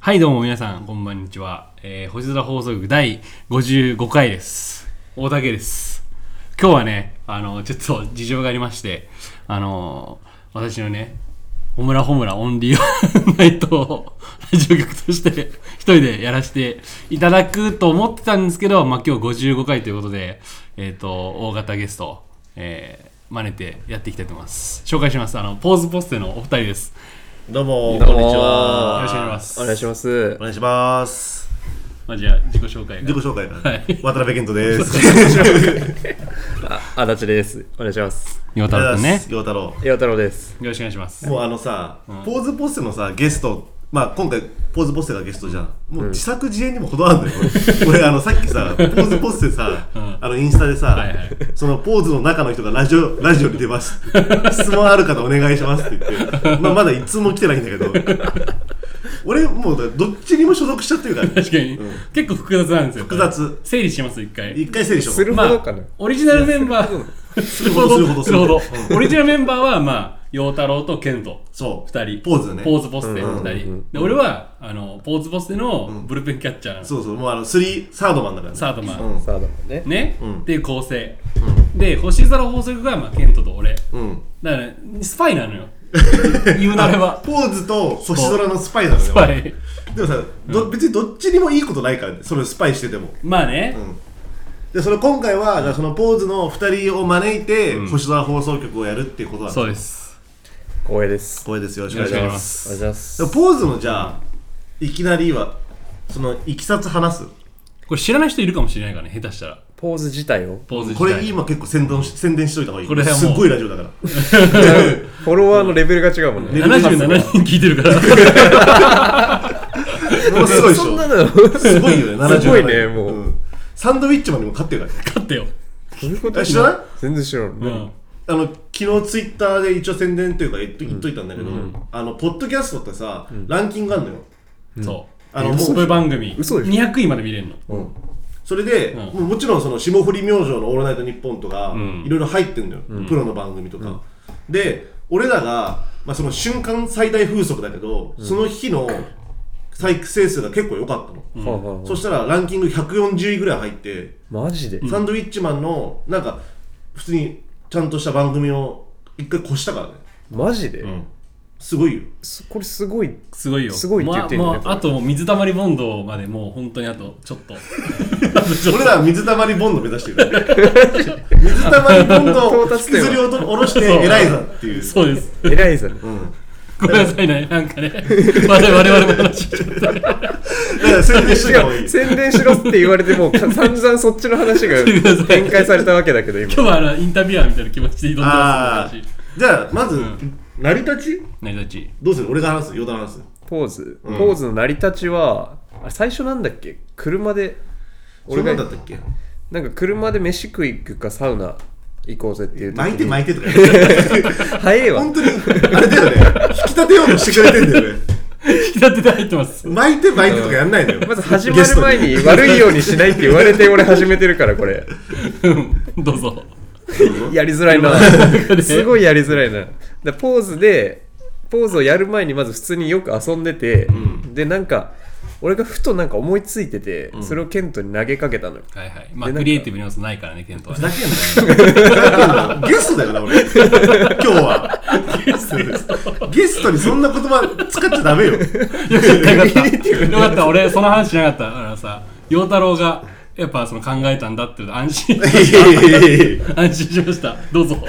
はいどうも皆さんこんばんちは、えー、星空放送局第55回です大竹です今日はねあのちょっと事情がありましてあの私のねホムラホムラオンリーナイトをラジオ局として一人でやらせていただくと思ってたんですけど、まあ、今日55回ということで、えっ、と、大型ゲスト、えー、真似てやっていきたいと思います。紹介します。あの、ポーズポステのお二人です。どうも、どこうもんにちよは。ろしくお願いします。お願いしますお。願いします。まあ、じゃあ、自己紹介が自己紹介な、はい渡辺健人です。あ、足立です。お願いします。岩田君ね。陽太郎。岩太郎です。よろしくお願いします。もうあのさ、ポーズポステのさ、ゲスト、まあ今回、ポーズポステがゲストじゃん。もう自作自演にも程あるんだよ。 俺、俺あの、さっきさ、ポーズポステさ、あの、インスタでさ、はいはいそのポーズの中の人がラジオ、ラジオに出ます。質問ある方お願いしますって言って、まあまだ一通も来てないんだけど、 俺、もうどっちにも所属しちゃってるからね。確かに、結構複雑なんですよ。複雑。整理します、一回。一回整理しよう。するほどかな。オリジナルメンバー、するほどするほどするほど。オリジナルメンバーは、まあ、陽太郎と健人。そう。二人ポーズね。ポーズポステのうんうん2人で俺はあのポーズポステのブルペンキャッチャーなのそうそう、もうあの、スリー、サードマンだからね。サードマンうんサードもね。ねうんっていう構成で星空法則がまあケントと俺だかうん。らねスパイなの よ言うなればポーズと星空のスパイなのよ。スパイでもさ、ど別にどっちにもいいことないからね、そのスパイしてても。まあねで、その今回は、だからそのポーズの二人を招いて、星空放送局をやるっていうことなん。そうですす光栄です。お光栄です。よろしくお願いしよろしくお願いしま。ますす願いしますで。もポーズのじゃあ、いきなりは、その、いきさつ話す。これ知らない人いるかもしれないからね下手したらポーズ自体をポーズ自これ体今結構宣伝し宣伝しといた方がいい。これはもうすっごいラジオだから。フォロワーのレベルが違うもんね。 77人聞いてるから もうすごいでしょ。そんなの。すごいよね、77すごいねもうんサンドウィッチマンにも勝ってるからね。勝ってよどういうことえ知らない全然知らうない。んあの昨日ツイッターで一応宣伝というか言っと言っといたんだけど、あのポッドキャストってさ、ランキングあるのよそうああののもうスプ番組嘘でしょ200位まで見れるのそれで、んもうもちろんその霜降り明星の「オールナイトニッポン」とか、んいろいろ入ってんのよ、プロの番組とか、で俺らが、まあ、その瞬間最大風速だけど、その日の再生数が結構良かったの、はあはあそしたらランキング140位ぐらい入って、マジでサンドウィッチマンのなんか普通にちゃんとした番組を一回越したからねマジですごいよすこれすごい。すごいよすごいって言ってんのまねあまああともう水溜りボンドまでもう本当にあとちょっ と俺らは水溜りボンド目指してる水溜りボンドを引きずり落と下ろして偉いぞっていうそうです偉いぞね。ごめんなさいね、なんかね、まだ我々も話しちゃった。だから宣伝しといた方がい違、いう宣伝しろって言われて も、か散々そっちの話 がてください展開されたわけだけど、今今。日はあのインタビュアーみたいな気持ちで挑んでまあすあ私。じゃあまず、成り立ち成り立ち。 どうする俺が話すよだ話すポーズ。ポーズの成り立ちは、あ最初なんだっけ車で。俺俺ががだったっけなんか車で飯食い行くかサウナ行こうぜっていう時に巻いて巻いてとか言って早いわ本当にあれだよね引き立てようとしてくれてんだよね引き立てて入ってます。巻いて巻いてとかやんないのよまず始まる前ゲに悪いようにしないって言われて俺始めてるからこれどうぞ。やりづらいなですごいやりづらいなだポーズでポーズをやる前にまず普通によく遊んでて、でなんか俺がふとなんか思いついてて、それをケントに投げかけたのよはいはい。まあ、でなんかクリエイティブに要素ないからね、ケントはね。ストにふざけんなよふざけんなよゲストだよな 俺今日はゲストにそんな言葉使っちゃダメよよかった、よかった。 よかった、俺、その話しなかった。あのさ、陽太郎が、やっぱその考えたんだっていうの安心、安心しました。どうぞ。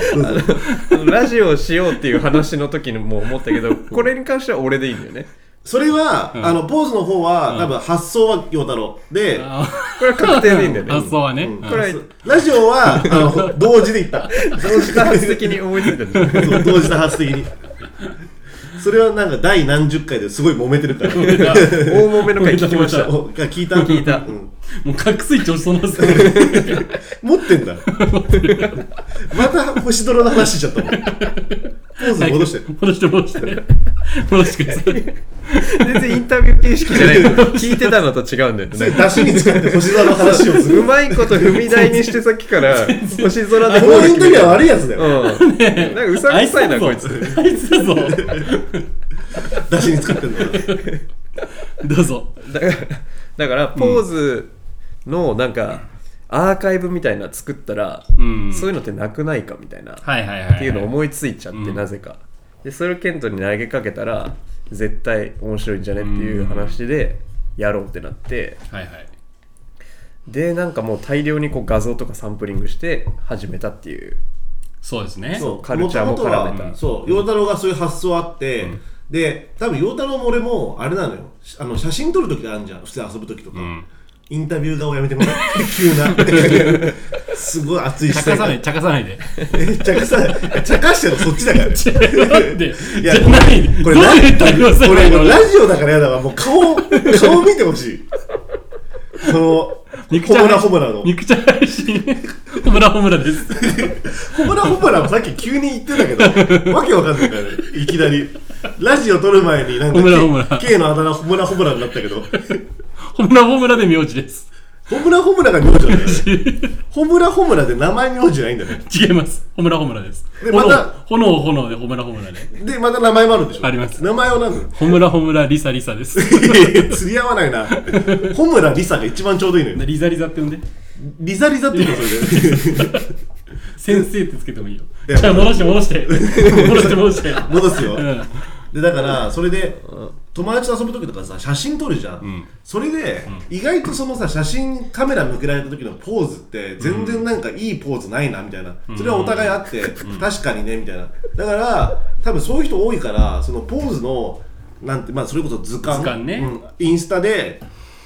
ラジオをしようっていう話の時にも思ったけどこれに関しては俺でいいんだよね それは、あのポーズの方は、多分発想は陽太郎で、これは確定でいいんだよね発想はね。うんこれはラジオはあ の同時でいった同時多 発的に思いついたんだよそう同時多発的にそれはなんか第何十回ですごい揉めてるから 大揉めの回聞きました。おが聞いた聞いたうんもう核スイッチ押しそうなんですよ。持ってんだまた星空の話しちゃったもんポーズ戻 して戻して、戻して。戻してください。全然インタビュー形式じゃないの。聞いてたのと違うんだよそれね。出しに使って星空の話をする うまいこと踏み台にしてさっきから、星空あでこゴーのルイン決タめビュアたー悪いやつだようん。なんかうさあんくいつさいだな、ぞこいつ。あいつだぞ出しに使ってんだからどうぞだからだからポーズのなんかアーカイブみたいな作ったら、うんそういうのってなくないかみたいな、はいはいはい、はい、っていうのを思いついちゃって、うんなぜかでそれをケントに投げかけたら絶対面白いんじゃねっていう話でやろうってなってはいはいでなんかもう大量にこう画像とかサンプリングして始めたっていうそうですねそうカルチャーも元々は絡めたそう陽太郎がそういう発想あって、で多分陽太郎も俺もあれなのよあの写真撮る時あるじゃん普通に遊ぶ時とか、んインタビュー顔やめてもらって急な すごい熱い茶視化線さがない茶化さないでえ茶化さない茶化してるのそっ ちだからねなんでいじやゃないでこれどうラいう対応すこればいれいのラジオだからやだわもう顔顔見てほしいこの肉ホちゃムんラホムラの肉ちゃん配信ホムラホムラですホムラホムラもさっき急に言ってた けどわけわかんないからねいきなりラジオ撮る前になんかホムラホムラ K, K のあだ名ホムラホムラになったけどホムラホムラで名字ですホムラホムラが名字なんだよねホムラホムラで名前名字じゃないんだね違いますホムラホムラですで炎、また炎炎でホムラホムラででまた名前もあるんでしょあります名前は何 なのホムラホムラリサリサです釣り合わないなホムラリサが一番ちょうどいいのよリザリザって呼んでリザリザって言うのそれで先生ってつけてもいいよいやじゃあ戻して戻して戻して戻して 戻すよ、うんでだからそれで友達と遊ぶ時とかさ写真撮るじゃん、それで、意外とそのさ写真カメラ向けられた時のポーズって全然なんかいいポーズないなみたいな、それはお互いあって、確かにねみたいなだから多分そういう人多いからそのポーズのなんてまあそれこそ図鑑図鑑ねうんインスタで、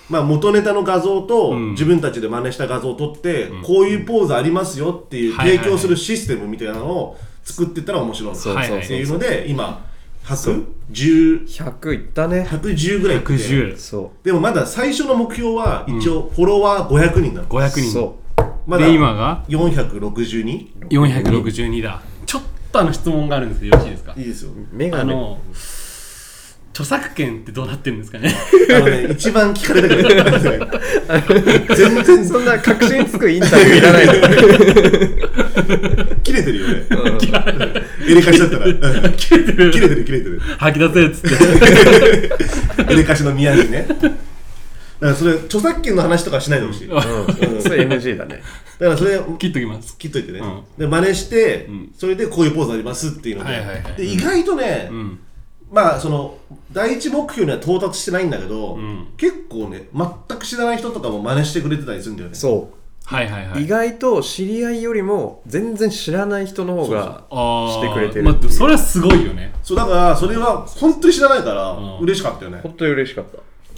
まあ、元ネタの画像とん自分たちで真似した画像を撮って、こういうポーズありますよっていうはいはい提供するシステムみたいなのを作ってったら面白いのそうはいはいっていうので今110 100いったね110ぐらいいって11050そでもまだ最初の目標は一応フォロワー500人なの、う人そまだで今が462い462だちょっとあの質問があるんですけどよろしいですかいですようメガあネの著作権ってどうなってるんですかね あのね一番聞かれたく ない全然そんな確信つくインタビューいらないの切れてるよねエレカシだったらうん切れてる切れてる切れてる吐き出せっつってエレカシの宮城ねだからそれ著作権の話とかはしないでほしいだかうんそれ NG だねらそれ切っときます切っといてね、うんで真似して、んそれでこういうポーズありますっていうので,、はいはいはいで意外とね、んまあその第一目標には到達してないんだけど、ん結構ね全く知らない人とかも真似してくれてたりするんだよねそうはいはいはい意外と知り合いよりも全然知らない人の方があーしてくれてるまあでもそれはすごいよねそうだからそれは本当に知らないからん嬉しかったよね、本当に嬉しかった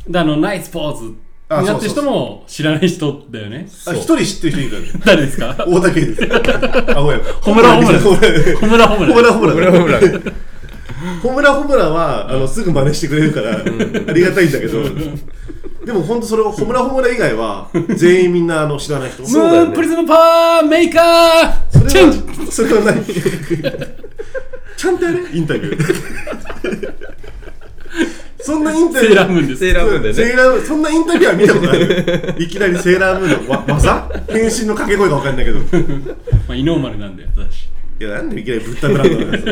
であのナイスポーズにあなってる人も知らない人だよね あ一人知ってる人いるからね誰です か大竹で すあごめんホムラホムラホムラホムラホムホムララホムラほらほらホムラホムラはあのすぐ真似してくれるからありがたいんだけどでも本当それをホムラホムラ以外は全員みんなあの知らない人ムそれーンプリズムパワーメーカーチェンジはそれはないちゃんとやれインタビューそんなインタビセーューラームーンですセーラームーンだよねセーラームーンそんなインタビューは見たことないいきなりセーラームーンのわ技変身の掛け声が分かんないけどまあイノーマルなんだよ私いや、なんでいきなりぶったくられたのよそ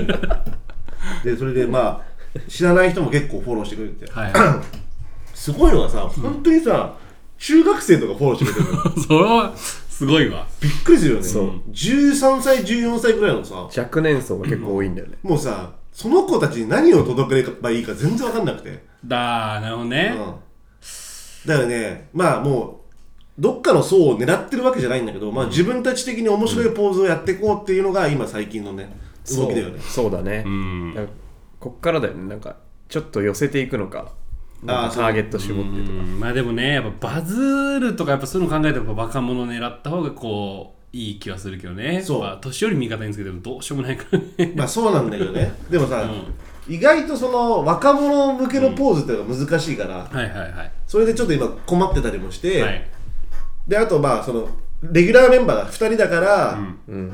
れで、それでまあ、知らない人も結構フォローしてくれてて、はい すごいのがさ、本当にさ、中学生とかフォローしてくれ てるのそれはすごいわびっくりするよね。そう13歳、14歳ぐらいのさ、若年層が結構多いんだよねもうさ、その子たちに何を届ければいいか全然わかんなくて。だーなるほどうねん。だからね、まあもう、どっかの層を狙ってるわけじゃないんだけど、まあ自分たち的に面白いポーズをやっていこうっていうのが今最近のね、動きだよね。そうそうだねんだからこっからだよねなんかちょっと寄せていくのかあなーんかターゲット絞ってうんまあでもねやっぱバズるとかやっぱそういうの考えたらやっぱ若者狙った方がこういい気はするけどねそうまあ年寄り味方につけてもどうしようもないから ねまあそうなんだけどねでもさ、意外とその若者向けのポーズっていうのが難しいから、はいはいはいそれでちょっと今困ってたりもして、はいであとまあそのレギュラーメンバーが2人だから、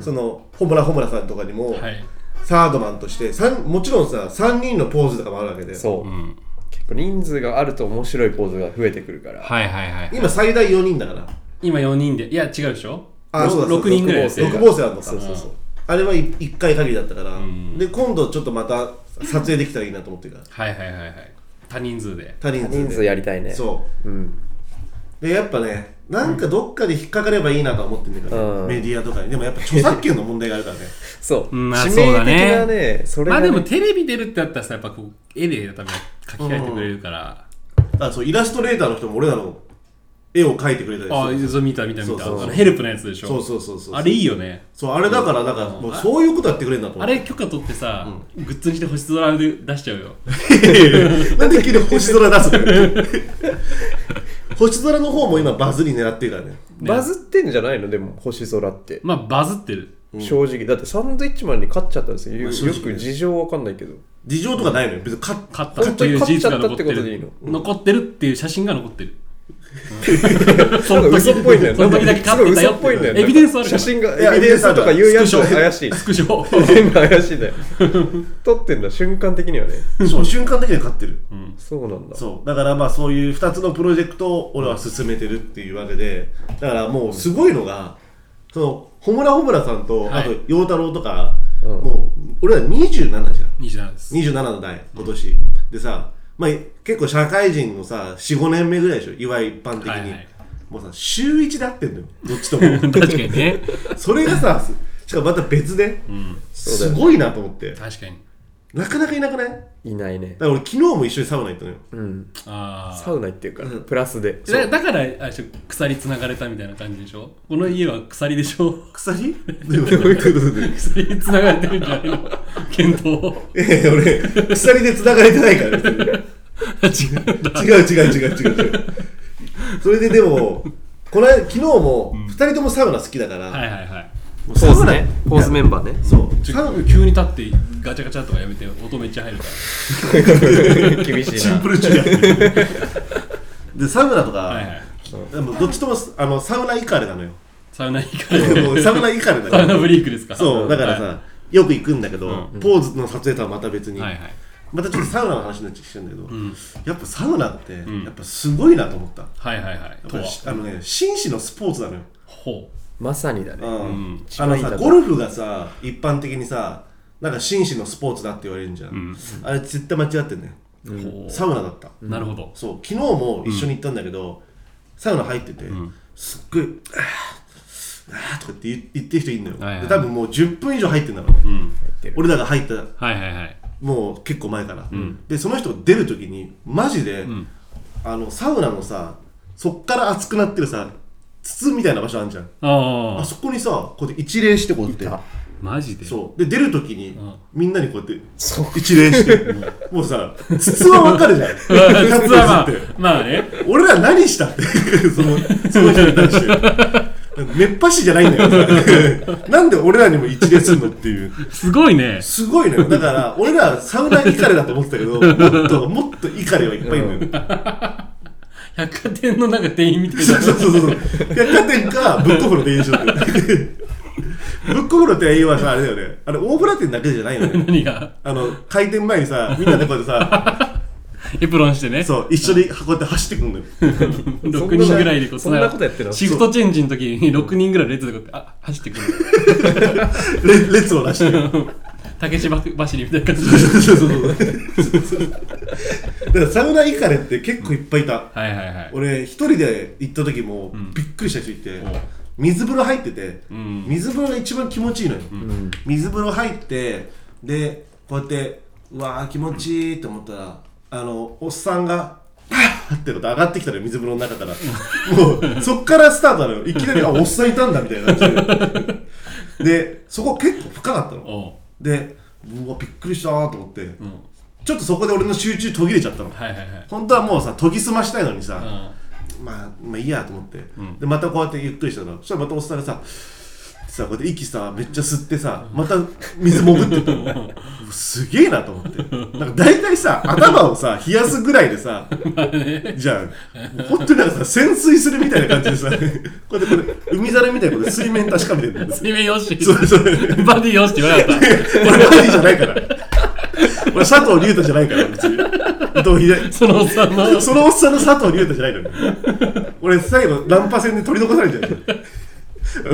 そのホムラホムラさんとかにも、はいサードマンとして三もちろんさ3人のポーズとかもあるわけでそう、ん結構人数があると面白いポーズが増えてくるから、はいはいはい今最大4人だから今4人でいや違うでしょあそうだ6人ぐらいですよ六6ボースあるのかそうそうそうあれは1回限りだったから、で今度ちょっとまた撮影できたらいいなと思ってるからはいはいはいはい多人数で他人数で人数やりたいね、そうん、うでやっぱねなんかどっかで引っかかればいいなとは思ってんだけど、うんメディアとかにでもやっぱ著作権の問題がある からねそう、うんまあ致命そうだね的なねそれまあがねでもテレビ出るってなったらさやっぱこう絵で多分書き換えてくれるから、だからそうイラストレーターの人も俺らの絵を描いてくれたりああするそう見た見た見たそうそうそうあのヘルプのやつでしょそうそうそうそうあれいいよねそうあれだからなんかもうそういうことやってくれるんだと思あってれ許可取ってさ、グッズにして星空で出しちゃうよ なんで急に星空出すの 星空の方も今バズり狙ってるからねバズってんじゃないのでも星空って、まあバズってる正直だってサンドイッチマンに勝っちゃったんですよ、よ正直よく事情わかんないけど事情とかないのよ別に勝っ勝ったという事実が残って本当に買っちゃったってことでいいるの残ってるっていう写真が残ってるそなんか嘘っぽいんだよその時だけ勝ってたよなんかすごい嘘っぽいんだよエビデンスあるか写ら真がいやエビデンスとか言うやつは怪しいスクショ 全部怪しいんだよ撮ってんだ瞬間的にはねそう瞬間的には勝ってる、そうなんだそうだからまあそういう2つのプロジェクトを俺は進めてるっていうわけでだからもうすごいのが、そのホムラホムラさんと、はいあと陽太郎とか、うんもう俺ら27じゃん27です27の代今年、でさまあ結構社会人のさ45年目ぐらいでしょいわゆる一般的に、はいはいもうさ週1で会ってんのよどっち と確もかにねそれがさしかもまた別で、すごいなと思って確かになかなかいなくないだかいないねら俺昨日も一緒にサウナ行ったのようんあサウナ行ってるからプラスであだだからあれでしょ鎖繋がれたみたいな感じでしょこの家は鎖でしょ鎖どういうことで鎖繋がれてるんじゃないの剣道 ええ俺鎖で繋がれてないから別に違うんだ違う違う違う違う違うそれででもこの間昨日も2人ともサウナ好きだから、はいはいはいもうポサーウズナねポーズメンバーねそうちサウょ急に立ってガチャガチャとかやめて音めっちゃ入るか 厳しいシンなプル中や でサウナとか、らはいはいでもどっちともあのサウナイカレなのよサウナ行かれもうサウナイカレだかサウナらブリークですかそうだからさ、はよく行くんだけど、ポーズの撮影とはまた別いに、はいはいまたちょっとサウナの話になっちゃうんだけど、やっぱサウナって、やっぱすごいなと思ったはいはいはいとはあのね紳士のスポーツなのよ、ほまさにだねうん一あ番のいいんださゴルフがさ一般的にさなんか紳士のスポーツだって言われるんじゃん、あれ絶対間違ってんねうほサウナだった、うなるほどそう昨日も一緒に行ったんだけど、サウナ入ってて、すっごい「あーあー」とかって言言ってる人いるのよ、はいはいで多分もう10分以上入ってんだろうね、てる俺らが入ったはいはいはいもう結構前から、でその人出る時にマジで、あのサウナのさそっから熱くなってるさ筒みたいな場所あるじゃんあああそこにさこうやって一礼してこうやっていたマジでそうで出る時に、んみんなにこうやって一礼してもうさ筒はわかるじゃん 筒あー 普通は まあってまあね俺ら何したってそのその人に対して熱波師じゃないんだよなんで俺らにも一礼するのっていうすごいねすごいのよだから俺らサウナイカレだと思ってたけどもっともっとイカレはいっぱいいるのよ百貨店のなんか店員みたいそうなそうそうそう百貨店かブックオフの店員しようってブックオフの店員はさあれだよねあれ大蔵店だけじゃないのよ何があの開店前にさみんなでこうやってさエプロンしてねそう一緒にこうやって走ってくんのよ6人ぐらいでこうそんなことやってるのシフトチェンジの時に6人ぐらい列でこうやってあ走ってくるれ列を出して竹芝走りみたいな感じでそうそうそうだからサウナイカレって結構いっぱいいた、はいはいはい俺一人で行った時もびっくりした人いて、お水風呂入ってて、ん水風呂が一番気持ちいいのよ、水風呂入ってでこうやってうわー気持ちいいと思ったらあのおっさんがはっってこと上がってきたのよ水風呂の中 からもうそっからスタートなのよいきなりあおっさんいたんだみたいな感じででそこ結構深かったのおうでうわびっくりしたなと思って、ちょっとそこで俺の集中途切れちゃったのはいはいはい本当はもうさ研ぎ澄ましたいのにさ、うんまあ、まあいいやと思って、でまたこうやってゆっくりしたのそしたらまたおっさんがささこうやって息さめっちゃ吸ってさまた水潜ってったのもうすげえなと思ってなんか大体さ頭をさ冷やすぐらいでさじゃあもう本当になんかさ潜水するみたいな感じでさこうやってこれ海猿みたいなことで水面確かめてるんだよ水面よしそうそう俺バディよしって言わなか ったマジじゃないから俺佐藤隆太じゃないから別に伊藤秀そのおっさんのそのおっさんの佐藤龍太じゃないのよ俺最後ナンパ戦で取り残されちゃう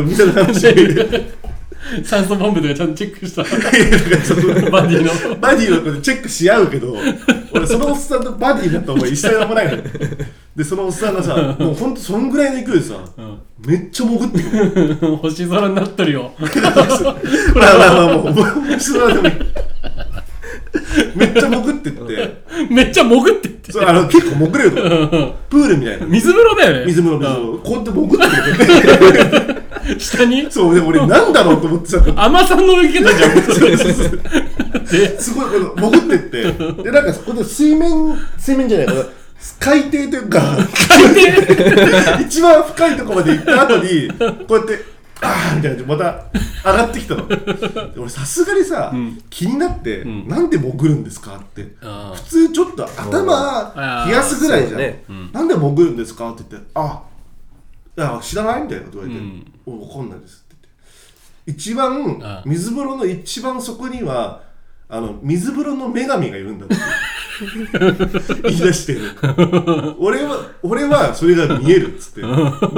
みたいな話で酸素ボンベとかちゃんとチェックしたなんかちょっとバディのバディのことチェックし合うけど俺そのおっさんとバディになった覚え一切なんもないのよでそのおっさんがさもうほんとそんぐらいの勢いでさ、めっちゃ潜ってくる星空になっとるよ。まあまあまあもう面白いでもいいめっちゃ潜ってってめっちゃ潜ってって。そうあの結構潜れるのプールみたいな水風呂だよね。水風呂水風呂こうやって潜ってくる下にそうで俺なんだろうと思ってさ甘さんの受けたじゃん。ですごいこの潜ってってでなんかそこで水面水面じゃないこの海底というか一番深いところまで行った後にこうやってあーみたいな感じでまた上がってきたので俺さすがにさ、気になって、なんで潜るんですかってあー普通ちょっと頭冷やすぐらいじゃん、あーそうねなんで潜るんですかって言ってあいや知らないみたいなこと言われて、お分かんないですって言って一番ああ水風呂の一番底にはあの水風呂の女神がいるんだって 言い出してる俺は俺はそれが見えるっつって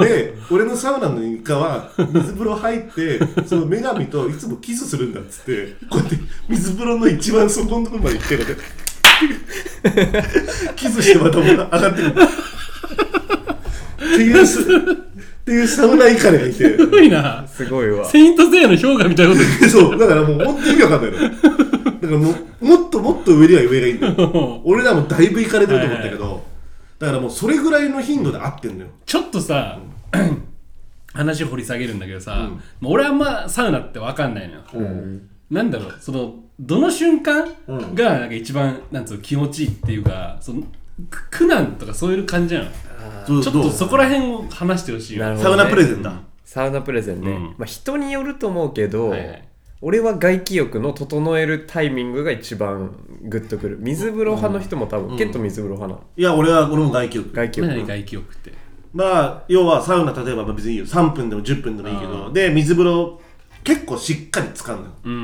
で俺のサウナのイカは水風呂入ってその女神といつもキスするんだっつってこうやって水風呂の一番底のところまで行ってこ うやってキスしてまた上がってくるっていうすっていうサウナイカレがいてごいな。すごいわセイントセイヤの氷河みたいなこと言で そう、だからもう本当に意味わかんないの。だからもう、もっともっと上には上がいいんだよ。 って俺らもだいぶ行かれてると思ったけど、だからもうそれぐらいの頻度で合ってんのよ。ちょっとさ、話掘り下げるんだけどさ、もう俺あんまサウナってわかんないのよ。なんだろう、その、どの瞬間がなんか一番、なんつうの気持ちいいっていうか、そのく苦難とかそういう感じなの。どうちょっとそこらら辺を話してほしいよ。なるほサウナプレゼンだ。サウナプレゼンね、うんまあ、人によると思うけど、はいはい俺は外気浴の整えるタイミングが一番グッとくる水風呂派の人も多分、結構水風呂派ないや、俺は、俺も外気浴。外気浴何外気浴って。まあ、要はサウナ、例えばまあ別にいいよ。3分でも10分でもいいけあど、で、水風呂、結構しっかり使うのよ。うん。う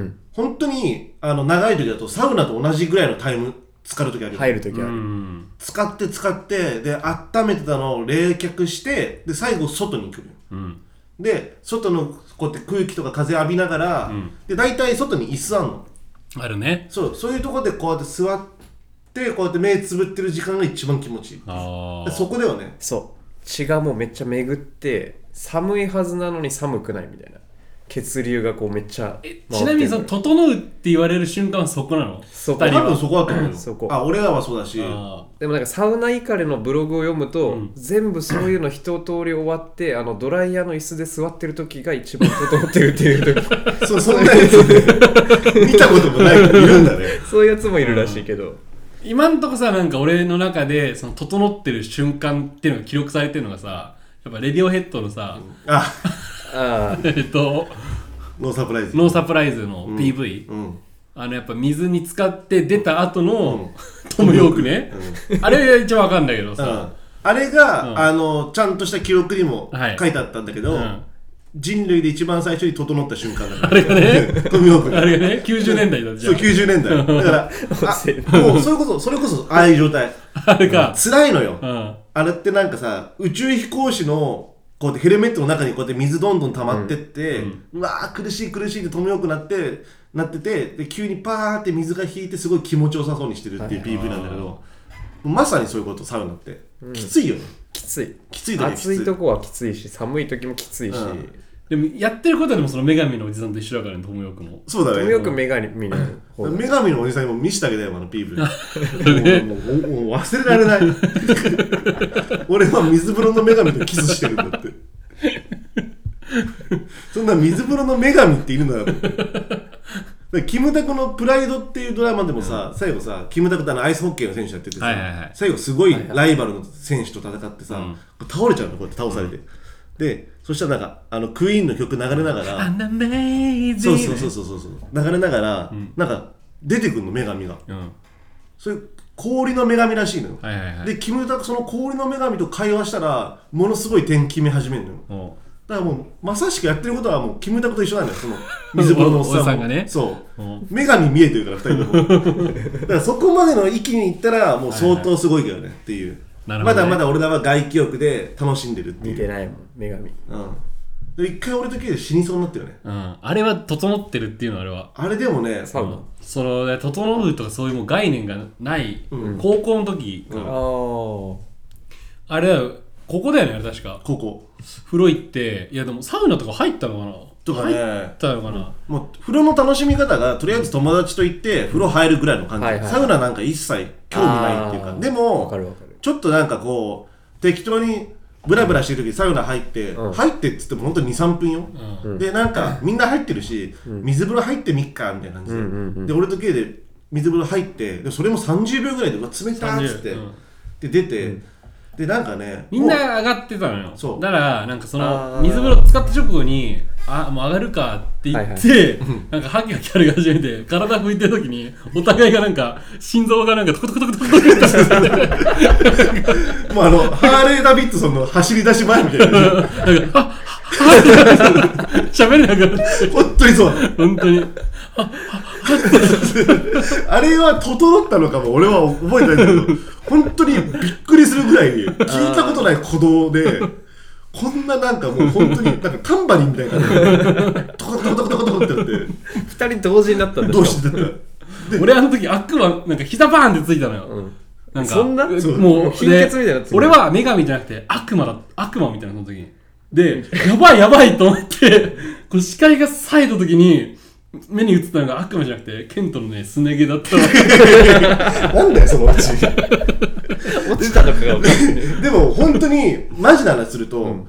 ん本当に、あの、長い時だとサウナと同じぐらいのタイム、浸かる時あるよ。入る時は、うん。使って使って、で、温めてたのを冷却して、で、最後外に行くのよ。うん。で外のこうやって空気とか風浴びながら、で大体外に椅子あんのあるね。そうそういうとこでこうやって座ってこうやって目つぶってる時間が一番気持ちいいあでそこだよねそう血がもうめっちゃ巡って寒いはずなのに寒くないみたいな血流がこうめっちゃ回えってるちなみにその「整う」って言われる瞬間はそこなのそこ二多人は分そこだと思うよそこあ俺らはそうだしあでもなんかサウナイカレのブログを読むと、全部そういうの一通り終わってあのドライヤーの椅子で座ってる時が一番整ってるっていう時 そうそんなやつね見たこともない 人いるんだねそういうやつもいるらしいけど、ー今んとこさなんか俺の中でその整ってる瞬間っていうのが記録されてるのがさやっぱレディオヘッドのさ、あああえっとノーサプライズノーサプライズの PV、うんあのやっぱ水に浸かって出た後の、トム・ヨークね、あれが一番わかんだけどうさ、んあれが、あのちゃんとした記録にもはい書いてあったんだけど、ん人類で一番最初に整った瞬間だからあれがね富岡があれがね90年代だじゃそう、ん90年 代。だから、遅いあもう、それこそ、それこそ、ああいう状態。あれか、辛いのよう。ん、あれってなんかさ、宇宙飛行士の、こうやってヘルメットの中にこうやって水どんどん溜まってって、うわー苦しい苦しいって止めようくなって、なってて、で、急にパーって水が引いてすごい気持ちよさそうにしてるっていう PV なんだけど、まさにそういうこと、サウナって。きついよね。きついきつい時はきつい暑いとこはきついし寒い時もきついし、うんでもやってることはでもその女神のおじさんと一緒だからねトム・ヨークもそうだね。よく女神になる方女神のおじさんにも見してあげたよ、あの PV。ねもうもうもう忘れられない。 俺は水風呂の女神とキスしてるんだって。そんな水風呂の女神っているんだよ。だからキムタクの「プライド」っていうドラマでもさ、最後さキムタクってあのアイスホッケーの選手やっててさ、はいはいはい最後すごいライバルの選手と戦ってさ、倒れちゃうのこうやって倒されて、でそしたらなんかあのクイーンの曲流れながら、 An amazing そうそうそうそうそう流れながら、なんか出てくるの女神がうんそれ氷の女神らしいのよ、はいはいはいでキムタクその氷の女神と会話したらものすごい点決め始めるのよおうだからもうまさしくやってることはもうキムタクと一緒なんだ よその水風呂のおっおさんもおじさんがねそう、うん女神見えてるから2 人ともだからそこまでの域に行ったらもう相当すごいけどねっていう、なるほまどねだまだ俺らは外気浴で楽しんでるって見いてう、ないもん女神うん、で一回俺だけで死にそうになったよねうん、あれは整ってるっていうのあれはあれでもねサウナ。その整うとかそういうもう概念がない、高校の時、うんああれだよここだよねあれ確かここ風呂行っていやでもサウナとか入ったのかなとか入ねったのかな、もう風呂の楽しみ方がとりあえず友達と行って風呂入るぐらいの感じ、はいはいサウナなんか一切興味ないっていうあかーであ。わもかるわかる。ちょっとなんかこう適当にブラブラしてる時サウナ入って、うん入ってっつってもほんと23分よ、うんでなんかみんな入ってるし、水風呂入ってみっかみたいな感じで、うんうんうんで俺と K で水風呂入ってでそれも30秒ぐらいでうわ冷たーっつって、 30うんで出て、でなんかねみんもうな上がってたのよそうだからなんかそあのー水風呂使った直後にあもう上がるかって言って、なんかハキハキ歩き始めて体拭いてる時にお互いがなんか心臓がなんかトクトクトクトクトクってしててなんかもうあのハーレー・ダビッドソンの走り出し前みたいな 感あっあっ喋れなくなっじて本当にそう本当にあれは整ったのかも俺は覚えてないんだけど本当にびっくりするぐらい聞いたことない鼓動でこんななんかもう本当になんかタンバリンみたいな感じでトコトコトコトコトコってやって二人同時になったんだどうしてたで俺あの時悪魔なんか膝バーンってついたのよ、んなんかそんなそうもう 貧血みたいになってでた俺は女神じゃなくて悪魔だ悪魔みたいなその時にでやばいやばいと思って こう視界が冴えた時に目に映ったのが悪魔じゃなくてケントのねすね毛だったの なんだよそのうち落ちたのかが分かんないでも本当にマジな話すると、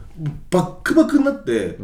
バックバクになって、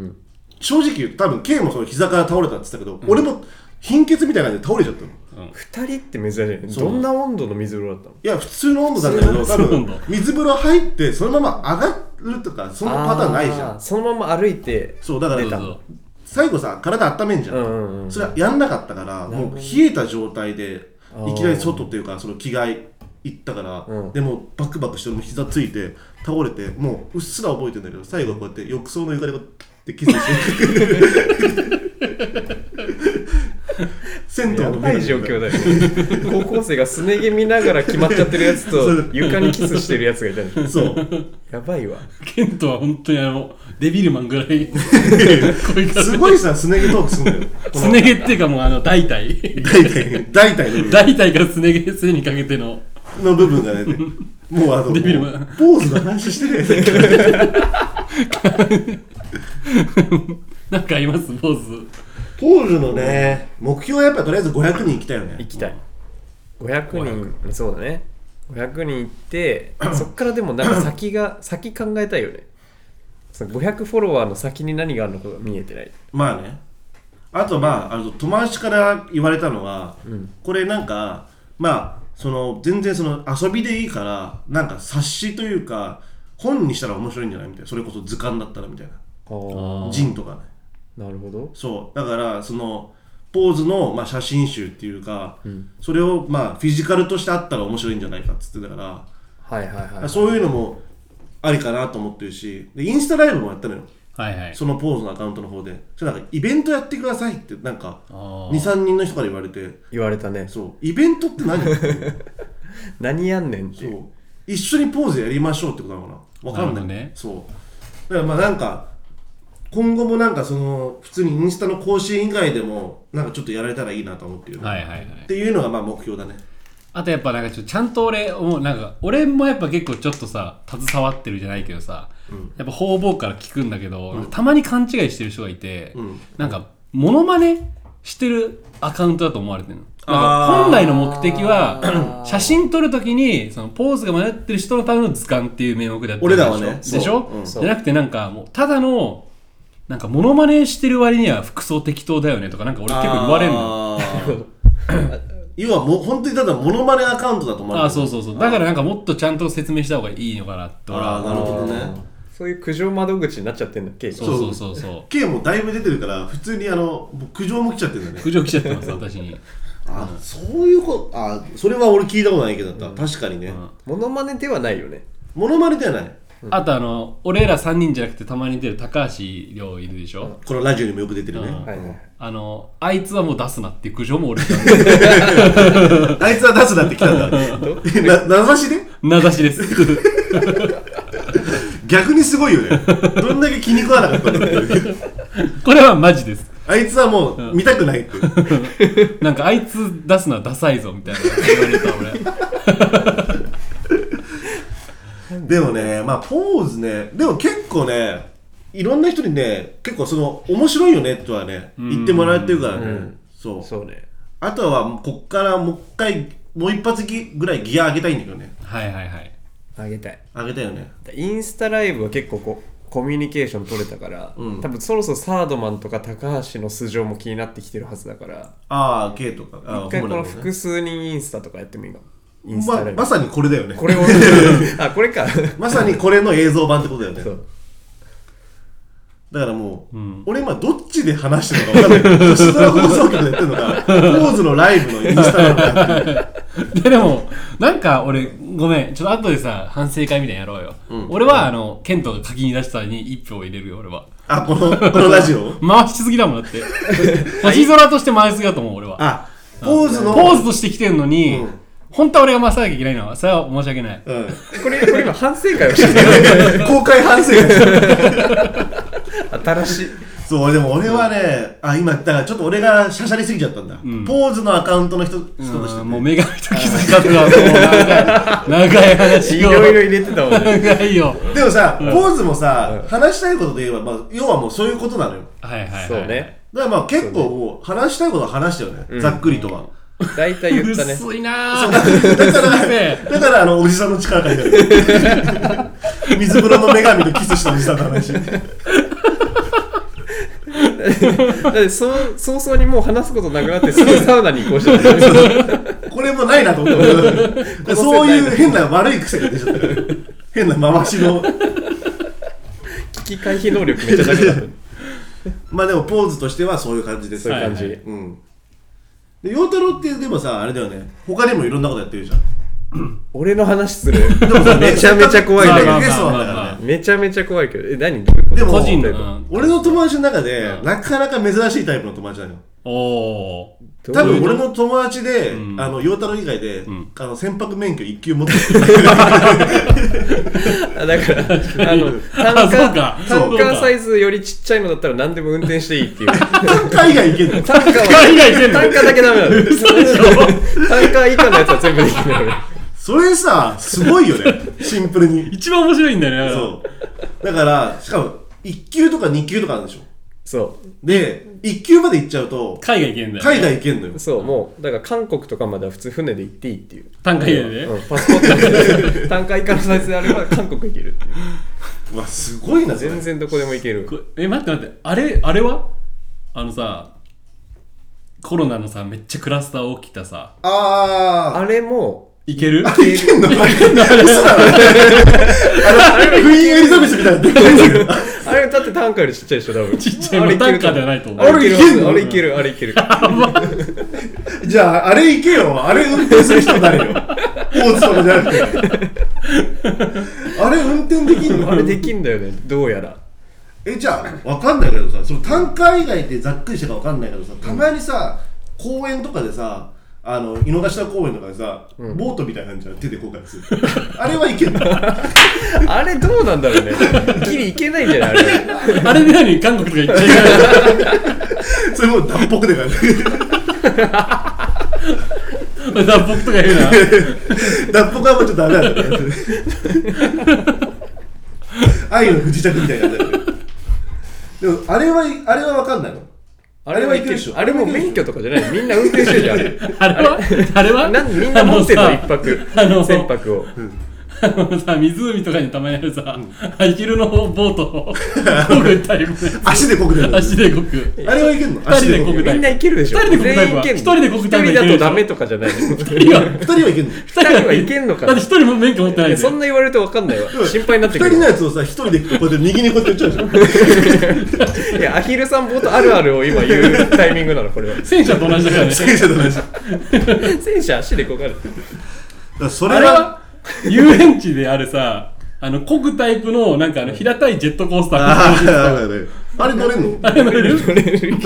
正直言うと多分 K もその膝から倒れたって言ってたけど、俺も貧血みたいな感じで倒れちゃったの二人って珍しいね。そうどんな温度の水風呂だったのいや普通の温度なんだけど普通多の温分度水風呂入ってそのまま上がるとかそのパターンないじゃあーんそのまま歩いてそうだかそうらそう最後さ体温めんじゃん、うんうんうんそれはやんなかったからるほどもう冷えた状態であーいきなり外っていうかその着替え行ったから、うんでもうバクバクして俺も膝ついて倒れてもううっすら覚えてんだけど最後はこうやって浴槽の床でこうやってキスして銭湯 やのばい状況だよね高校生がすね毛見ながら決まっちゃってるやつそうと床にキスしてるやつがいた のそうやばいわケントは本当にあのデビルマン ぐらいこういう感じすごいさすね毛トークすんだよこのすね毛っていうかもうあの大 体大体大体の部分大体からすね毛すねにかけてのの部分が出てもうあのデビルマンもうポーズの話してるやつなんかいます坊主ポーズのね目標はやっぱとりあえず500人行きたいよね行きたい500人そうだね500人 行ってそっからでもなんか先が先考えたいよねその500フォロワーの先に何があるのかが見えてないまあねあとまああの友達から言われたのは、これなんかまあその全然その遊びでいいからなんか冊子というか本にしたら面白いんじゃないみたいなそれこそ図鑑だったらみたいなあーあー人とかねなるほどそうだからそのポーズの、まあ、写真集っていうか、それをまあフィジカルとしてあったら面白いんじゃないかっつってたからはいはいはいそういうのもありかなと思ってるしでインスタライブもやったのよはいはいそのポーズのアカウントの方でそれなんかイベントやってくださいってなんかあー23人の人から言われて言われたねそうイベントって何何やんねんってそいうう一緒にポーズやりましょうってことなのかなわかんないなるそうだからまあなんか今後もなんかその普通にインスタの更新以外でもなんかちょっとやられたらいいなと思ってる、はいはいはいっていうのがまあ目標だねあとやっぱなんかちょっとちゃんと俺もうなんか俺もやっぱ結構ちょっとさ携わってるじゃないけどさ、やっぱ方々から聞くんだけど、たまに勘違いしてる人がいて、んなんかモノマネしてるアカウントだと思われてるのなんあーか本来の目的あは ー写真撮るときにそのポーズが迷ってる人のための図鑑っていう名目でやってる俺でしょらはねでしょ、そううんじゃなくてなんかもうただのなんかモノマネしてる割には服装適当だよねとかなんか俺結構言われるのよの 要はもう本当にただモノマネアカウントだと思あわれてるあそうそうそうだからなんかもっとちゃんと説明した方がいいのかなって俺はあーなるほどねそういう苦情窓口になっちゃってんだっけそうそうそうそう K もだいぶ出てるから普通にあのもう苦情も来ちゃってるんだね苦情来ちゃってます 私にあそういうことあそれは俺聞いたことないけどだった確かにね、モノマネではないよねモノマネではないあとあの俺ら3人じゃなくてたまに出る高橋亮いるでしょ、このラジオにもよく出てるね、うんはいはいあのあいつはもう出すなっていう苦情も俺から あいつは出すなって来たんだな名指しで名指しです逆にすごいよねどんだけ気に食わなかったんだっていう これはマジですあいつはもう見たくないっていうなんかあいつ出すのはダサいぞみたいな言われた俺でもね、まあポーズね、でも結構ね、いろんな人にね、結構その面白いよねとはね、言ってもらえてるからね。そう。そうねあとはこっからもう一回、もう一発ぎぐらいギア上げたいんだけどね。はいはいはいあげたい上げたいよね。インスタライブは結構こうコミュニケーション取れたから、うん多分そろそろサードマンとか高橋の素性も気になってきてるはずだからああ、K とか。ああ一回このホモ複数人インスタとかやってもいいかもインスタなラまイブ、まさにこれだよね。これをあこれかまさにこれの映像版ってことだよねそ。うだからもう、俺今どっちで話してるのか分かんない。星空放送局でやってるのか、ポーズのライブのインスタなのか。ででもなんか俺ごめんちょっと後でさ反省会みたいなのやろうよ、俺はあのケントが書きに出したのに一票入れるよ俺はあ、この、このラジオ回しすぎだもんだ って星空として回しすぎだと思う俺はあ、ポーズの。ポーズとして来てんのに、うん本当は俺が回さなきゃいけないのはそれは申し訳ないうん。これこれ今反省会をして る公開反省会新しいそうでも俺はねあ今だからちょっと俺がしゃしゃりすぎちゃったんだ、ポーズのアカウントの人人としてねもう目が開いた気づかずだもう 長い長い話をいろいろ入れてたもんね長いよでもさ、ポーズもさ、話したいことで言えば、まあ、要はもうそういうことなのよはいはい、はい、そうねだからまあ結構もう話したいことは話したよね、ざっくりとは、大体言ったね薄いなぁだからすいま せだからあのおじさんの力がいる水風呂の女神とキスしたおじさんの話だってそう早々にもう話すことなくなってすぐサウナに移 行したんだよねこれもないなと思ってそういう変な悪い癖が出ちゃったから変な回しの危機回避能力めっちゃ高かったまあでもポーズとしてはそういう感じですそういう感じ、はいうん。で、陽太郎ってでもさ、あれだよね。他にもいろんなことやってるじゃん。俺の話 するでもさめちゃめちゃ怖いんだけどせっかくゲストなんだからね。めちゃめちゃ怖いけどえ何どういうことでも個人のの俺の友達の中で、なかなか珍しいタイプの友達なのよ。おおどう多いう分俺の友達で、んあの、陽太郎以外で、んあの、船舶免許一級持ってる。あだ からあのタあそンうカかーそタうンかカーサイズよりちっちゃいのだったら何でも運転していい っていう海外行けんのよタンカー海外行けんのタンカーだけダメなの タンカー以下のやつは全部できないそれさ、すごいよね。シンプルに。一番面白いんだよねそう。だから、しかも、一級とか二級とかあるんでしょ。そで、一級まで行っちゃうと、海外行けんだよ、海外行けんのよう。そうもうだから韓国とかまでは普通船で行っていいっていう単価以外で、うんパスポートで単価以下のサイズであれば韓国行けるっていううわ、すごいな、それ全然どこでも行 けるこえ待って待ってあれあれはあのさコロナのさめっちゃクラスター起きたさあー。あれもいけるいけんのあれ嘘だろあれ、クイーンエリザベスみたいになってるあれだって単価よりちっちゃいでしょ多 分ちっちゃいもう単価ではないと思うあれいけるああれれいいけるあれいけるじゃあ、あれ行けよ。あれ運転する人誰よ。大津とかじゃなくて。あれ運転できんあれのできんだよねどうやらえ、じゃあ、わかんないけどさ、その単価以外ってざっくりしてかわかんないけどさ、たまにさ、公園とかでさ、あの、井の頭公園とかでさ、ボートみたいなのじゃん手でこうかする。 あれはいけんのあれどうなんだろうねギリいけないんじゃないあれあれで何韓国とか行っちゃいけないそれもう脱北 でかい。 また僕とか言う な脱北はもうちょっとダメなんだね愛の不時着みたいな感じだよねでもあれはあれは分かんないのあれはいけるでしょあれも免許とかじゃないみんな運転してるじゃんあれあれはあれはなんみんな持ってるあのの一さ泊あの船舶をあのさ湖とかにたまにあるさ、アヒルのボート をこぐタイプ足でこくでる足でこぐあれはいけんの足でこ二人でこぐタイプくだみんないけるでしょ二人で国体全員はいけんの一人で国体はいけるでしょ一人だとダメとかじゃないの二人は2人はいけ二んの2人はいけんのかだって一人も免許持ってないいやでそんな言われると分かんないわ心配になってく人のるやつをさ1人でこうやって右にこうやってやっちゃうでしいやアヒルさんボートあるあるを今言うタイミングなのこれは戦車と同じだからねょ戦車と同じだか戦車足でこがるらそれあれはは遊園地であるさあのこぐタイプのなんかあの平たいジェットコースターあーあれあれあれ乗れんのあれ乗れる乗れるけど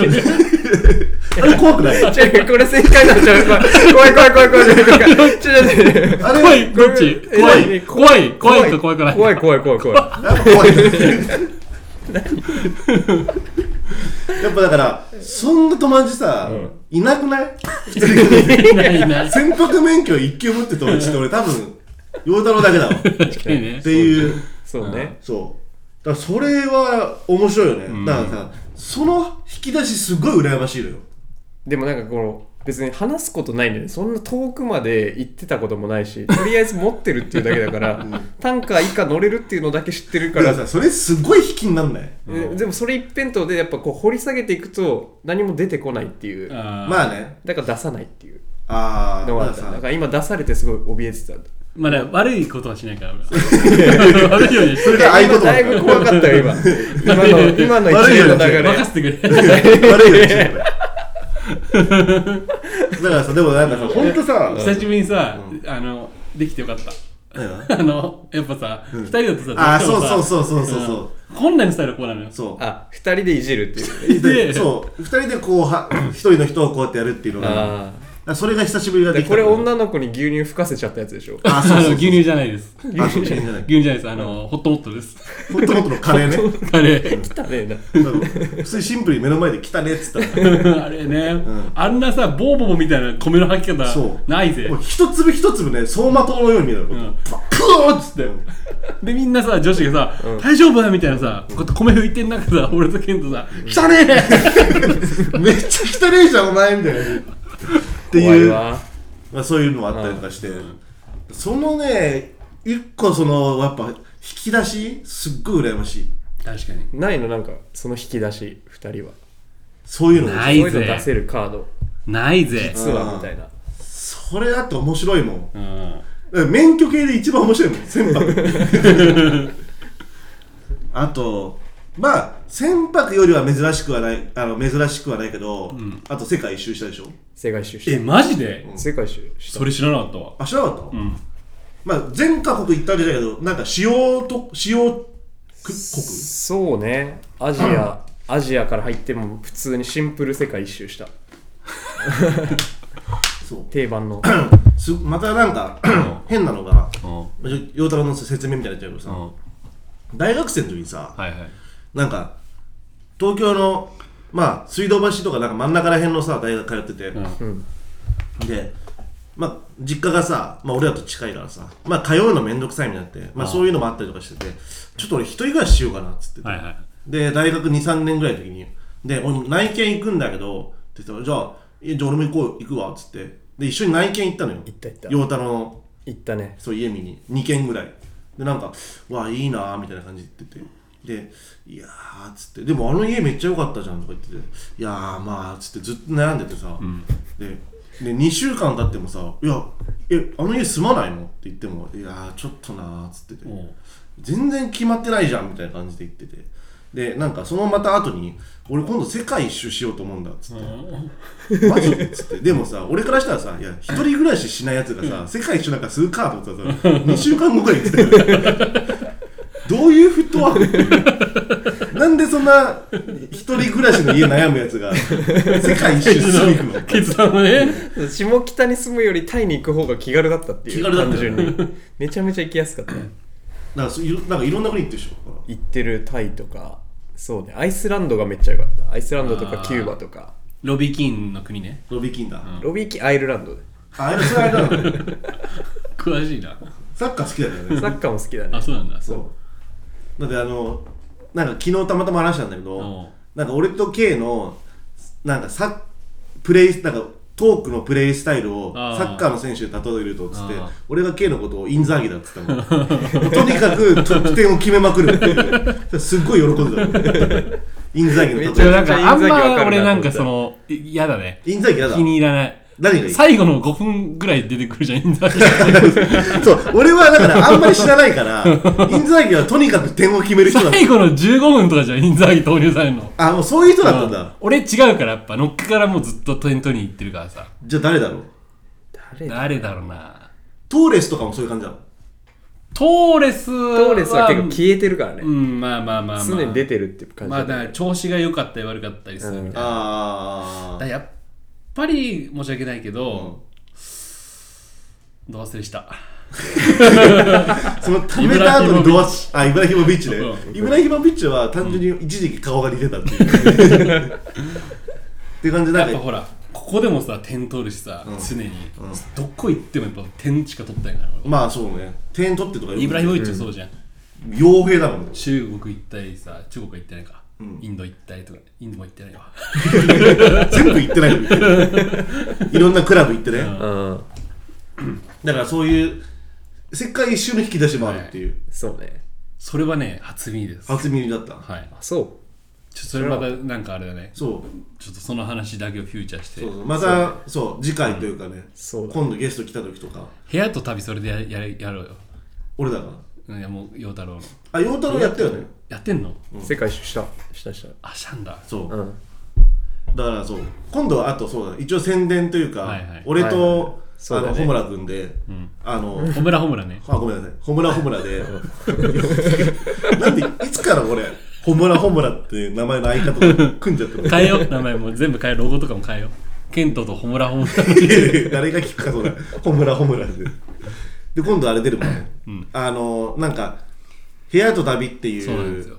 あれ怖くないちょこれ正解なんちゃう怖い怖い怖い怖い怖い怖いちょっと待ってあれ怖いどっちえ怖い何怖い怖いか怖いかない怖い怖い怖い怖いやっぱ怖いやっぱだからそんな友達さ、いなくない普通にないない船舶免許一級持って友達って俺多分陽太郎だけだわっ確かにねていうそうねそうだからそれは面白いよね、だからさその引き出しすごい羨ましいのよでもなんかこの別に話すことないんだよねそんな遠くまで行ってたこともないしとりあえず持ってるっていうだけ だから単価以下乗れるっていうのだけ知ってるかだかららさそれすごい引きになんないえでもそれ一辺倒でやっぱこう掘り下げていくと何も出てこないっていうあーまあねだから出さないっていうああのがあまっあたさだから今出されてすごい怯えてたまあだから悪いことはしないから俺 は悪いようにしそれが合今言葉だいぶ怖かった よ今今の今の一悪いよ連のね流れ任せてくれ悪いよねだからさでもなんかさほんとさ久しぶりにさあのできてよかったあのやっぱさ二人だとさああどそしうてそもうさそうそうそうそう本来のスタイルはこうなのよそうあ二人でいじるっていうででそう2人でこうは 一人の人をこうやってやるっていうのがだかあらそれが久しぶりがあでできたこれ女の子に牛乳吹かせちゃったやつでしょあそうあそのう牛乳じゃないですそうあそうじゃない牛乳じゃないですあのホットモットですホットモットのカレーねカレー来たねえなうん普通にシンプルに目の前で来たねっつったら あれね、あんなさボーボボみたいな米の吐きそ方うないぜもう一粒一粒ね走馬灯のように見えるのんプーッつってでみんなさ女子がさ、大丈夫だみたいなさこうやって米拭いてん中さ俺とケントさ汚ね めっちゃ汚いじゃんお前みたいなって怖いいうわまあ、そういうのもあったりとかして、そのね一個そのやっぱ引き出しすっごい羨ましいえ確かにないのなんかその引き出し二人はそういうのがなこういいうの出ぜせるカードないぜ、ツアーみたいなそれだって面白いもんうん、免許系で一番面白いもん船舶 あとまあ船舶よりは珍しくはないあの珍しくはないけど、あと世界一周したでしょ世界一周しえマジで、た世界一周したそれ知らなかったわあ知らなかった、んまあ、全各国行ったわけだけどなんか主要と主要く国そうねアジア、 アジアから入っても普通にシンプル世界一周したそう定 番のすまたな んか変なのがうんうんまあちょ陽太郎の説明みたいになっちゃうけどさ、は大学生の時にさいはいなんか東京のまあ水道橋とかなんか真ん中ら辺のさ大学通ってて、んでまあ実家がさ、まあ、俺らと近いからさ、まあ、通うのめんどくさいみたいになって、まあ、そういうのもあったりとかしててちょっと俺一人暮らししようかなっつってて、はいはいで大学23年ぐらいの時にで俺内見行くんだけどって言ったらじゃあえじゃあ俺も行こう行くわっつってで一緒に内見行ったのよ行った行った陽太郎の行ったねそう家見に2軒ぐらいでなんか「わあいいなー」みたいな感じで言ってて。で「いやー」っつって「でもあの家めっちゃ良かったじゃん」とか言ってて「いやーまあ」っつってずっと悩んでてさ、でで2週間経ってもさ「いやえあの家住まないの?」って言っても「いやーちょっとなー」っつってておう全然決まってないじゃんみたいな感じで言っててでなんかそのまた後に「俺今度世界一周しようと思うんだ」っつってマジでっつってでもさ俺からしたらさいや一人暮らししないやつがさ世界一周なんかするかと思ってたらさ2週間後ぐらいに言ってたよどういうフットワークっていうなんでそんな一人暮らしの家悩むやつが世界一周しに行くのケツさんもね下北に住むよりタイに行く方が気軽だったっていう気軽だったよね 単純にめちゃめちゃ行きやすかったねなんかそういろなんかいろんな国行ってるでしょほら行ってるタイとかそうねアイスランドがめっちゃ良かったアイスランドとあかーキューバとかロビキンの国ねロビキンだ、あロビーキアイルランドであれそれあれだろうね詳しいなサッカー好きだよね サッカーも好きだねあそうなんだそうだってあのなんか昨日たまたま話したんだけうんどなんか俺と K のなんかサップレイなんかトークのプレイスタイルをあーサッカーの選手に例えるとっつってあー俺が K のことをインザーギだっつった のとにかく得点を決めまくるっていうすっごい喜んでた のインザーギのめちでも例えなんかあんめっちゃインザーギわかるまな俺なんかそのい嫌だねインザーギやだ気に入らない何がいい最後の5分ぐらい出てくるじゃんインザーギそう俺はだからあんまり知らないか らインザーギはとにかく点を決める人だった最後の15分とかじゃんインザーギ投入されるのあもうそういう人だったんだ俺違うからやっぱのっけからもうずっと点取りに行ってるからさじゃあ誰だろう誰だ誰だろうなトーレスとかもそういう感じだろトーレスはトーレスは結構消えてるからねうんまあまあまあ、まあ、常に出てるっていう感じまあだから調子が良かったり悪かったりするみたいな、ああだからやっぱり申し訳ないけど、ど忘れしたそのためた後にドアしあイブラヒモビッチねうイブラヒモビッチは単純に一時期顔が似てたっていう っていう感じでなやっんぱかほらここでもさ点取るしさ、ん常に、うんどこ行ってもやっぱ点しか取ってないから俺まあそうね点取ってとかイブラヒモビッチはそうじゃん、傭兵だもん中国行ったりさ中国は行ってないか、んインド行ったりとかインドも行ってないわ全部行ってないのに いろんなクラブ行ってね、うんだからそういう世界一周の引き出しもあるっていうそうねそれはね初耳です初耳だった、はいあそちょそれまたなんかあれだねそうちょっとその話だけをフューチャーしてそうそうまたそう,、次回というかね、そうだ今度ゲスト来た時とか部屋と旅それでややれやろうよ俺だかうんいやもう陽太郎のらあ陽太郎やったよねやってんのう世界一周したしたしたあしたんだそう、うんだからそう今度はあとそうだ一応宣伝というか、はいはい俺と、はいはいそうあだのねホムラ君で、あのホムラホムラね あごめんなさいホムラホムラで なんでいつから俺ホムラホムラっていう名前の相方と組んじゃったの変えよう名前も全部変えようロゴとかも変えようケントとホムラホムラ いやいや誰が聞くかそんなホムラホムラでで今度あれ出るもんね、あのなんか「部屋と旅」っていうそうなんですよ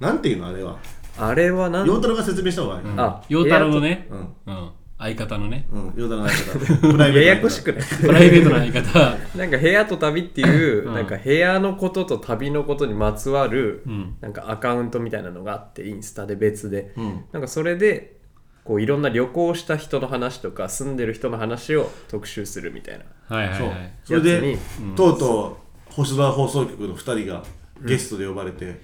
なんていうのあれはあれはなん陽太郎が説明した方がいい、うんあ陽太郎のねう、んうん、相方のね陽太郎の相方プライベートの相方ややこしくないプライベートの相方 なんか部屋と旅っていう、うんなんか部屋のことと旅のことにまつわる、んなんかアカウントみたいなのがあってインスタで別で、んなんかそれでこういろんな旅行した人の話とか住んでる人の話を特集するみたいなはいはいそうはいそれでやつにとうとう星空放送局の2人がゲストで呼ばれて、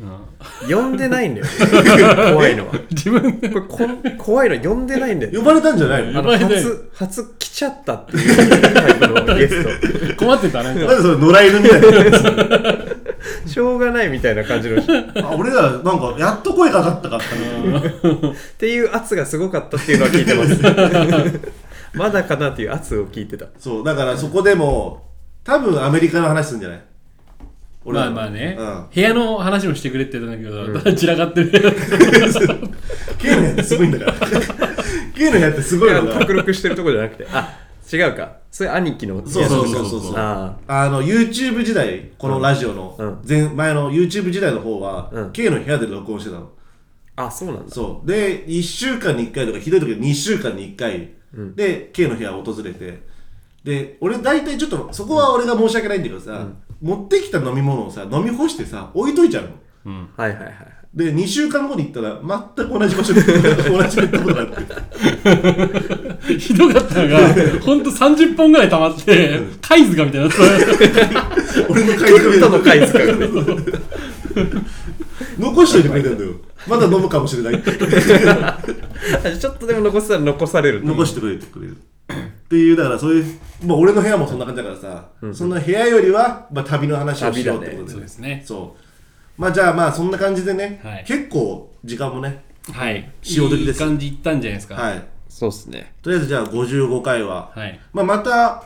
呼んでないんだよ ね怖いのはこ自分でれこん怖いの呼んでないんだよね呼ばれたんじゃないあのの呼ばれない初初来ちゃったっていうタイプのゲス困ってたなん なんかでそれ野良犬みたいなやつトしょうがないみたいな感じの人っ あ俺らなんかやっと声かかったかったみたいなていう圧がすごかったっていうのは聞いてますまだかなっていう圧を聞いてたそうだからそこでも多分アメリカの話すんじゃないまあまあね、うん部屋の話もしてくれって言ったんだけど、散らかってる K のやつすごいんだから K のやつすごいいやのが卓録してるとこじゃなくてあ違うかそれ兄貴のそうそうそうそういやそうそうそうそうああの YouTube 時代このラジオのう前,、前の YouTube 時代の方は、うん K の部屋で録音してたのあそうなんだそうで1週間に1回とかひどい時は2週間に1回で K の部屋を訪れてで俺大体ちょっとそこは俺が申し訳ないんだけどさ、持ってきた飲み物をさ飲み干してさ置いといちゃうのはいはいはいで2週間後に行ったら全く同じ場所に 同じペットボトルがあってひどかったの がほんと30本ぐらい溜まって貝塚みたい になって俺の買いケ込ンみトの貝塚がね残しといてくれたんだよまだ飲むかもしれないってあちょっとでも残せたら残される残してくれてくれるっていうだからそういう、まあ、俺の部屋もそんな感じだからさ、そんな部屋よりは、まあ、旅の話をしようってことで,、旅だそうですねそうまあじゃあまあそんな感じでね、はい結構時間もねはい潮時ですいい感じいったんじゃないですかはいそうっすねとりあえずじゃあ55回は、はいまあ、また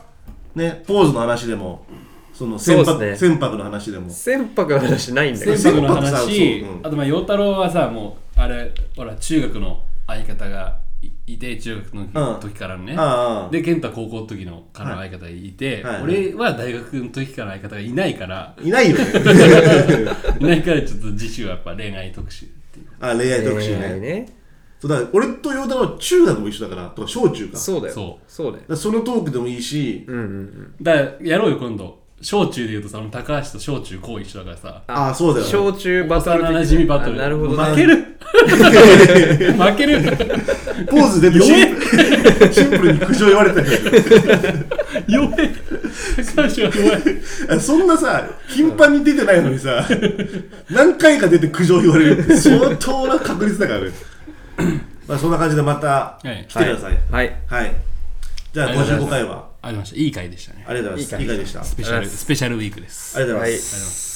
ねポーズの話でもその船そう舶,、です船舶の話でも船舶の話ないんだ船よそう舶の船舶さ話、そううんあとまあ陽太郎はさもうあれほら中学の相方がいいて中学うのん時からのね、ああで健太は高校の時のからの相方がいて、はいはい俺は大学の時からの相方がいないから いないよねいないからちょっと次週はやっぱ恋愛特集っていうあ恋愛特集恋愛ねねそうだから俺と陽太郎は中学も一緒だからとか小中かそうだよそうそうだよだからそのトークでもいいし、うんうんうんだからやろうよ今度小中で言うとさ高橋と小中高一緒だから さああそうだよね小中バトル的幼馴染バトルあなるほどまあ負ける負けるポーズ出て弱シンプルシンプルに苦情言われてる弱い高橋は弱いあそんなさ頻繁に出てないのにさ何回か出て苦情言われるって相当な確率だからねまあそんな感じでまたはい来てくださいはいははいい、じゃあありがとうござ55回はありましたいい回でしたねありがとうございますいいいい回回でしたあスペシャルスペシャルウィークですりがとうございはまいす